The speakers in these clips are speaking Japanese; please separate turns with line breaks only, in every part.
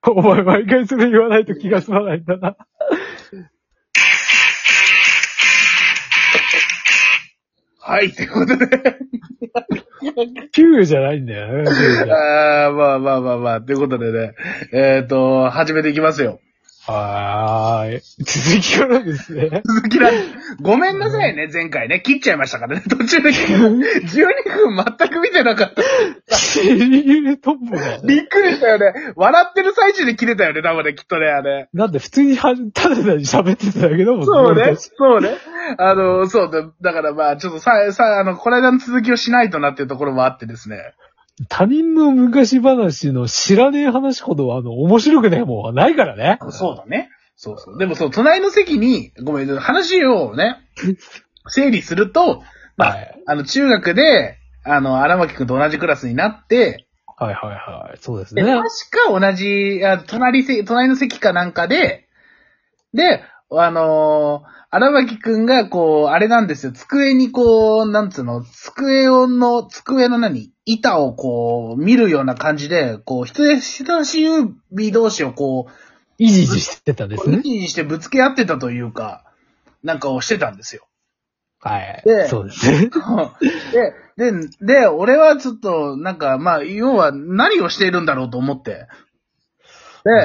お前毎回それ言わないと気が済まないんだな。
はい、ってことで。
9じゃないんだよね。10じゃ
あーまあまあまあまあ、ということでね。えっ、と、始めていきますよ。
はーい。続きからですね。
続きだ。ごめんなさいね、前回ね。切っちゃいましたからね、途中で。12分全く見てなかった。
シリギリトンボが。
びっくりしたよね。笑ってる最中で切れたよね、多分ね、きっとね、あれ。
なんで普通にはただ単に喋ってただけだもん
そうね、そうね。あの、そうだ、だからまあ、ちょっとさ、さ、あの、この間の続きをしないとなっていうところもあってですね。
他人の昔話の知らねえ話ほどあの面白くねえもんはないからね。
そうだね。そうそう。でもそう、隣の席に、ごめん、話をね、 整理すると、まあ、
はい
あの、中学で、あの、荒牧くんと同じクラスになって、
はいはいはい。そうです
で、
ね。
確か同じ、あ隣せ、隣の席かなんかで、で、あのー荒牧くんが、こう、あれなんですよ、机にこう、なんつうの、机をの、机の何板をこう、見るような感じで、こう、人差し指同士をこう、
いじいじしてたんです
向
ね。
きにしてぶつけ合ってたというか、なんかをしてたんですよ。
はい
で。
そうですね。
で、で、で、俺はちょっと、なんか、まあ、要は何をしているんだろうと思って。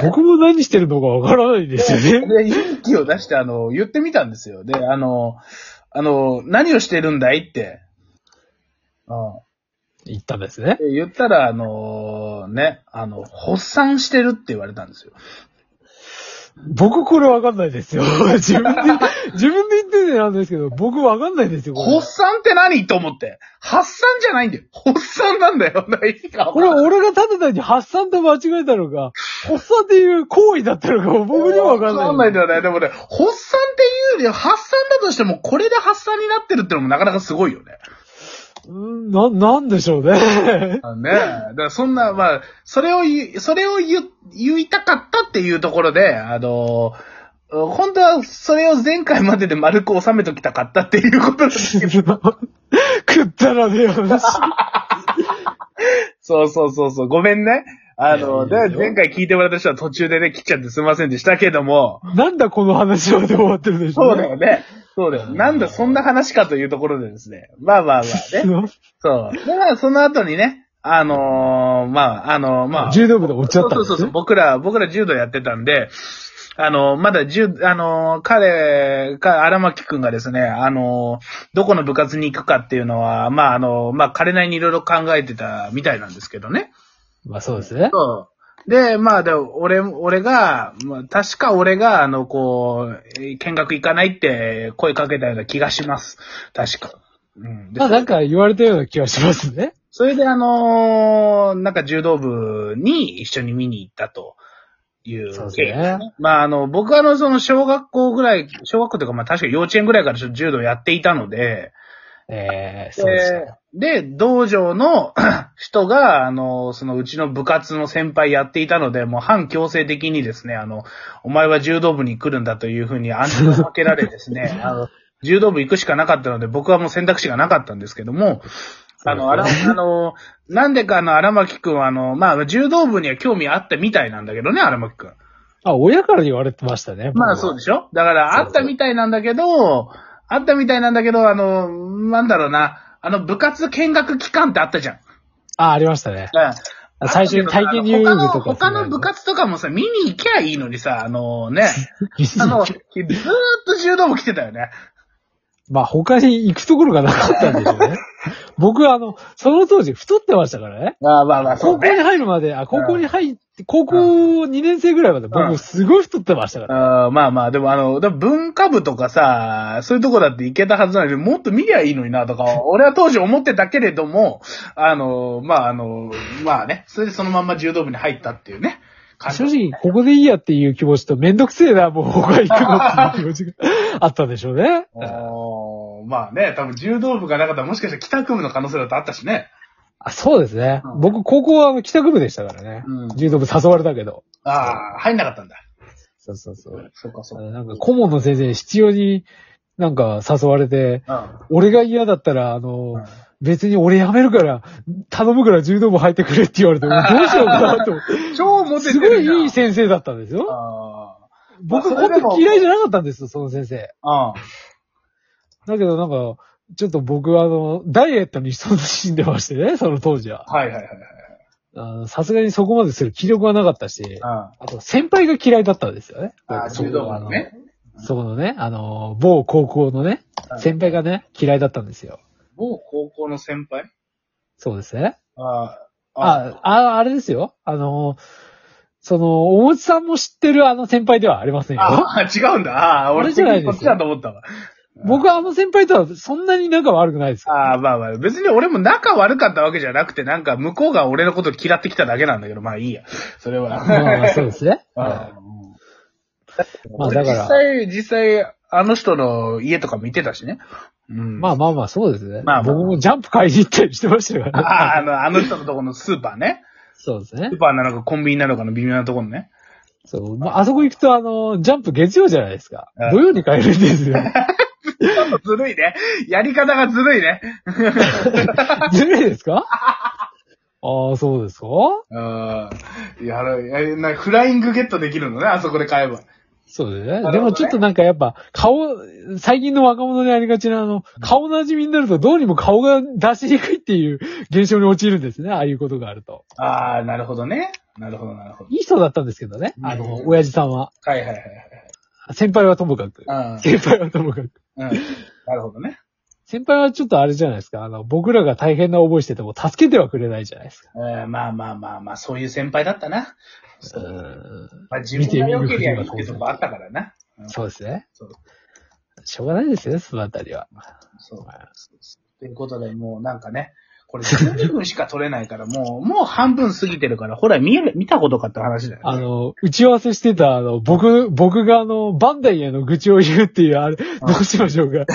で、
僕も何してるのかわからないですよね。
で、勇気を出して、あの、言ってみたんですよ。で、あの、あの、何をしてるんだいって。うん。
言ったんですね。
で言ったら、あのね、あの、発散してるって言われたんですよ。
僕これわかんないですよ。 自分 で、自分で言ってるのなんですけど、僕わかんないですよ、これ。
発散って何と思って。発散じゃないんだよ。発散なんだよ。 何か
これ俺がただ単に発散と間違えたのか、発散っていう行為だったのか、僕にもわかんない。
わかんないんだよね。でもね、発散っていうより、発散だとしても、これで発散になってるってのもなかなかすごいよね。
うんな、なんでしょうね。
ねえ。だからそんな、まあ、それを言う、それを言う、言いたかったっていうところで、あの本当はそれを前回までで丸く収めときたかったっていうこと なんですけど
くったらねえ話。
そうそうそうそう、ごめんね。あの、
いやいいです
で、
よ
前回聞いてもらった人は途中でね、切っちゃってすいませんでしたけども、
なんだこの話はで終わってるでしょ
そうだよね。そうだよ。なんだ、そんな話かというところでですね。まあまあまあね。そう。で、まあ、その後にね、あのーまあ、あのーまあ、
柔道部で落ちちゃ
そ
っ
う
たん
そう
ですね
そうそう、僕ら、僕ら柔道やってたんで、あのーまだ柔、あのー彼、か、荒牧くんがですね、あのーどこの部活に行くかっていうのは、まあ、あのーまあ、彼なりにいろいろ考えてたみたいなんですけどね。
まあそうですね。
そう。で、まあ、で、俺、俺が、まあ、確か俺が、あの、こう、えー見学行かないって声かけたような気がします。確か。うん。で
まあなんか言われたような気がしますね。
それであのーなんか柔道部に一緒に見に行ったという
そうです
経緯です
ね
ね。まああの、僕はあの、その小学校ぐらい、小学校というかまあ確か幼稚園ぐらいからちょっと柔道やっていたので、
えー、そうでした。
で、道場の 人が、あの、そのうちの部活の先輩やっていたので、もう反強制的にですね、あの、お前は柔道部に来るんだというふうに暗示をかけられですね、 あの、柔道部行くしかなかったので、僕はもう選択肢がなかったんですけども、あの、あら、あの、なんでかあの、荒牧くんは、あの、まあ、柔道部には興味あったみたいなんだけどね、荒牧くん。
あ、親から言われてましたね。
まあそう
で
でしょだから、
そう
あったみたいなんだけど、あったみたいなんだけど、あの、なんだろうな、あの、部活見学期間ってあったじゃん。うん
あ、ありましたね。最初に体験入部とか
あの他の他の部 活とかもさ、見に行きゃいいのにさ、あのね、あの、ずーっと柔道部来てたよね。
まあ他に行くところがなかったんでしょう ね。僕あの、その当時太ってましたからね。
まあまあまあ、
高校に。入るまで、あ、高校に入って、高校2年生ぐらいまで
うん
僕すごい太ってましたから。
あーまあまあ、でもあの、でも文化部とかさ、そういうとこだって行けたはずなのに、もっと見りゃいいのになとか、俺は当時思ってたけれども、あの、まああの、まあね、それでそのまんま柔道部に入ったっていうね。感じ
正直、ここでいいやっていう気持ちと、めんどくせえな、もう他行くの っていう気持ちがあったんでしょうね。
おーまあね、多分柔道部がなかったらもしかしたら帰宅部の可能性だってあったしね。
あそうですね
うん。
僕、高校はあの帰宅部でしたからね
うん。
柔道部誘われたけど。
ああ、入んなかったんだ。
そうそうそう。
そうかそ
あのなんか、顧問の先生に必要になんか誘われて、
か。
俺が嫌だったら、あの
うん、
別に俺辞めるから、頼むから柔道部入ってくれって言われて、俺どうしようか なと。
超モテ
す
て
ご
る
い
じゃん。
いい先生だったんですよ。
あ
僕、
まあそれでも
本当嫌いじゃなかったんですよ、その先生。
あ。うん
だけどなんか、ちょっと僕はあの、ダイエットに勤しんでましてね、その当時は。
はいはいはいはい。
あのさすがにそこまでする気力はなかったし、
あ
あと先輩が嫌いだったんですよね。
あ、
僕
柔道部のね。
そこのね、あの、某高校のね、先輩がね、嫌いだったんですよ。
某高校の先輩
そうですね。
ああ。
あ、あ、あれですよ。あの、その、おもちさんも知ってるあの先輩ではありませんよ。
ああ、違うんだ。ああ、俺、
あれじゃないです
こ
よ
っちだと思ったわ。
僕はあの先輩とはそんなに仲悪く ないですよ。
ああ、まあまあ、別に俺も仲悪かったわけじゃなくて、なんか向こうが俺のこと嫌ってきただけなんだけど、まあいいや。それは。
まあまあ、そうですね。
あ
まあだから
実際、実際、あの人の家とかも見てたしね。うん。
まあまあまあ、そうですね。
まあまあ
僕もジャンプ買いに行ったりしてましたか
あ
らね。
あ、あの、あの人のとこのスーパーね。
そうですね
スー。パーなのかコンビニなのかの微妙なところね。
そう。まあ、あそこ行くと、あの、ジャンプ月曜じゃないですか
はい。
土曜に買えるんですよ。
ちょっとずるいね。やり方がずるいね。
ずるいですかああ、そうですか
うん。やる、やるな、フライングゲットできるのね、あそこで買えば。
そうです
ほ
ね。
どね
でもちょっとなんかやっぱ、顔、最近の若者にありがちな、あの、顔なじみになるとどうにも顔が出しにくいっていう現象に陥るんですね。ああいうことがあると。
ああ、なるほどね。なるほど、なるほど。
いい人だったんですけどね。あ
う
の、
ん
親父さんは。
はいはいはい
先輩はともかく。
はい。
先輩はともかく。
うん。うん。なるほどね。
先輩はちょっとあれじゃないですか。あの、僕らが大変な思いしてても助けてはくれないじゃないですか。
えーまあまあまあまあ、そういう先輩だったな。まあ自
見
分
て
が
みる
良けりゃいい
風
っ
景が
てとこあったからな。
そうですね
そう。
しょうがないですよね、そのあたりは。
そう。ということで、もうなんかね、これ12分しか取れないから、もう、もう半分過ぎてるから、ほら見える、見たことかって話だよ。
あの、打ち合わせしてた、あの、僕、僕があの、バンダイへの愚痴を言うっていう、あれ、どうしましょうか。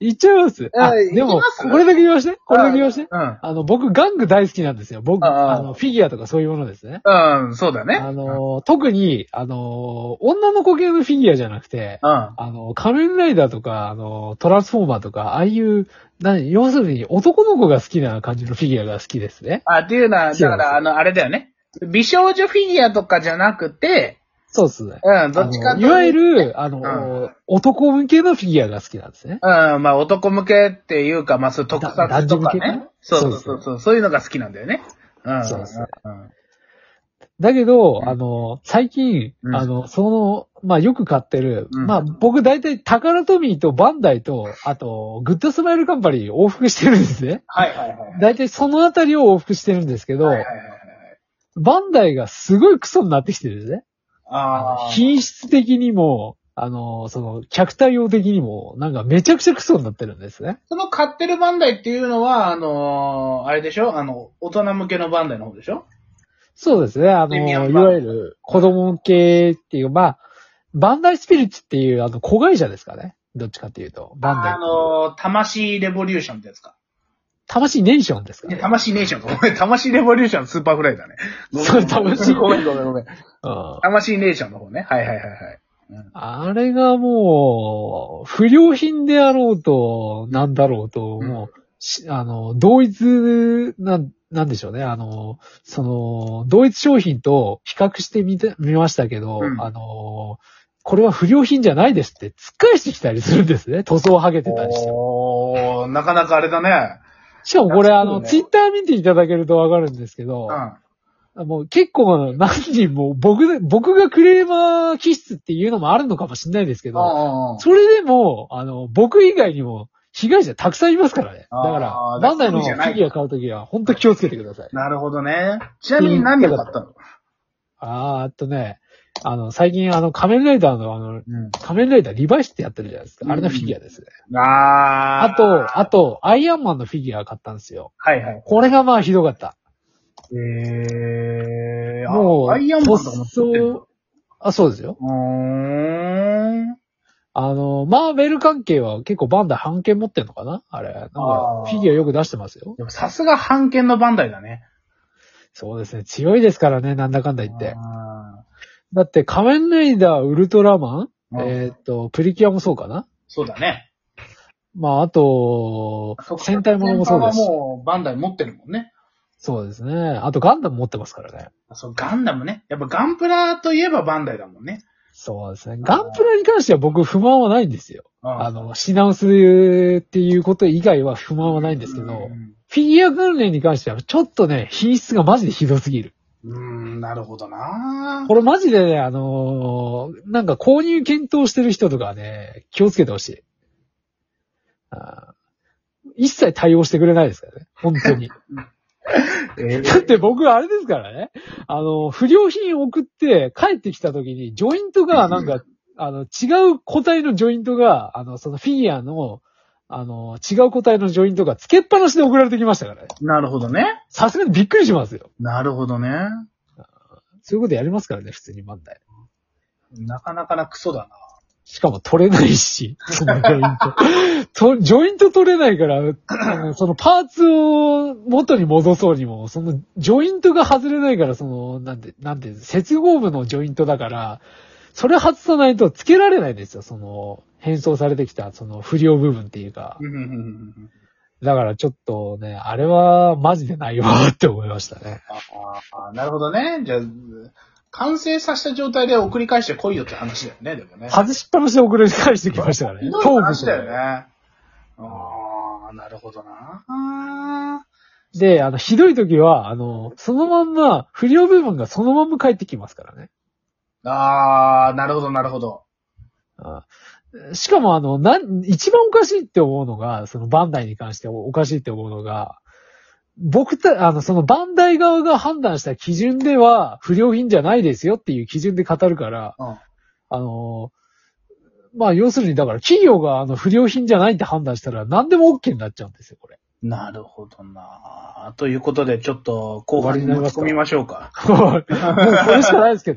言っちゃいます。あ、
えー
で
言い
も
ま、す
これだけ言わして。これだけ言わして。
う
あの、僕、玩具大好きなんですよ。僕、
ああ
あの、フィギュアとかそういうものですね。
ん。うん、そうだね。
あの、特に、あの、女の子系のフィギュアじゃなくて、
うん。
あの、仮面ライダーとか、あの、トランスフォーマーとか、ああいう、何、要するに男の子が好きな感じのフィギュアが好きですね。
あ、っていうのは、
違
だ
う
から、あの、あれだよね。美少女フィギュアとかじゃなくて、
そうですね。
うん、どっちか
あ
と
の
い
いうわ
と
ゆる、あの、
うん
男向けのフィギュアが好きなんですね。
うん、まあ男向けっていうか、まあそういう特
だ
撮とか
男女向けか
ね
な。
そうそうそうそう、そういうのが好きなんだよね。うん。
そうですね
うん
だけど、
うん
あの、最近、
うん
あの、その、まあ、よく買ってる、
うん
まあ、僕大体タカラトミーとバンダイと、あと、グッドスマイルカンパニー往復してるんですね。
はいはいはい。
大体そのあたりを往復してるんですけど、
はいはいはいはい
バンダイがすごいクソになってきてるんですね。
ああ。
品質的にも、あの、その、客対応的にも、なんかめちゃくちゃクソになってるんですね。
その買ってるバンダイっていうのは、あのーあれでしょあの、大人向けのバンダイの方でしょ
そうですね。あの、
プレミアム
い
版
わゆる子供向けっていう、まあ、バンダイスピリッツっていう、あの、子会社ですかね。どっちかっていうと。バンダイ。
あのー魂レボリューションってやつか。
魂ネーションですか
いや
ね。
魂ネーションか。ごめん、魂レボリューションスーパーフライだね。ごめん
そう魂
ごめんごめんごめん。
うん。
魂ネーションの方ね。はいはいはいはい。
あれがもう、不良品であろうと、なんだろうと、
うん
もう、しあの、同一、なん、なんでしょうね。あの、その、同一商品と比較してみて、みましたけど、
うん
あの、これは不良品じゃないですって、突っ返してきたりするんですね。塗装を剥げてたりして。
おー、なかなかあれだね。
しかもこれ、あ
そう
の、
ね
ツイッター見ていただけるとわかるんですけど
う、ん。
もう結構何人も僕で、僕がクレーマー気質っていうのもあるのかもしれないですけど、
あ
それでも、あの、僕以外にも被害者たくさんいますからね。だか
あ
ら
ー、
バンダイの
だ
フ
から
ィギュア買うときは、本当気をつけてください。
なるほどね。ちなみに何を買ったの
あーあとね、あの、最近あの、仮面ライダーのあの、
う
仮面ライダーリバイスってやってるじゃないですか。あれのフィギュアですね。
ん。あ
あ
ー。
と、あと、アイアンマンのフィギュア買ったんですよ。
はいはい。
これがまあひどかった。
えー、
もう、
あアイアンマンとかも作ってる
塗装あ、そうですよ。
うーん。
あの、マーベル関係は結構バンダイ半券持ってんのかなあれ。なんか
あー、
フィギュアよく出してますよ。
でもさすが半券のバンダイだね。
そうですね。強いですからね、なんだかんだ言って。
あ
だって、仮面ライダー、ウルトラマン、
ーうん
えーっと、プリキュアもそうかな
そうだね。
まあ、あと、戦隊ものもそうです
戦隊
し
は。もうバンダイ持ってるもんね。
そうですね。あとガンダム持ってますからね。
そう、ガンダムね。やっぱガンプラといえばバンダイだもんね。
そうですね。ガンプラに関しては僕不満はないんですよ。
うん
あの、品薄っていうこと以外は不満はないんですけど、フィギュア関連に関してはちょっとね、品質がマジでひどすぎる。
うん、うんなるほどな
これマジでね、あのーなんか購入検討してる人とかね、気をつけてほしい。あー一切対応してくれないですからね。本当に。
え
だって僕、あれですからね。あの、不良品送って帰ってきた時に、ジョイントが、なんか、あの、違う個体のジョイントが、あの、そのフィギュアの、あの、違う個体のジョイントが付けっぱなしで送られてきましたからね。
なるほどね。
さすがにびっくりしますよ。
なるほどね。
そういうことやりますからね、普通に漫才。
なかなかなクソだな。
しかも取れないし、 そのジョイント。とジョイント取れないから、あのそのパーツを元に戻そうにも、そのジョイントが外れないから、その、なんて、なんて、接合部のジョイントだから、それ外さないと付けられないんですよ、その、変装されてきた、その不良部分っていうか。
うんうんうんうん
だからちょっとね、あれはマジでないわって思いましたね。
あーなるほどね。じゃあ、完成させた状態で送り返してこいよって話だよね、でもね。
外しっぱなしで送り返してきましたからね。
ひどい話だよね。ああ、なるほどな。
で、あの、ひどい時は、あの、そのまんま、不良部分がそのまんま帰ってきますからね。
ああ、なるほど、なるほど。
あしかも、あの、なん、一番おかしいって思うのが、そのバンダイに関しておかしいって思うのが、僕た、あの、そのバンダイ側が判断した基準では、不良品じゃないですよっていう基準で語るから、
うん
あの、まあ、要するに、だから、企業が、あの、不良品じゃないって判断したら、何でも OK になっちゃうんですよ、これ。
なるほどな。ということで、ちょっと、後
終わり
半に
になり
持
ま
ち
す
込
か
みましょうか。
もう、それしかないですけどね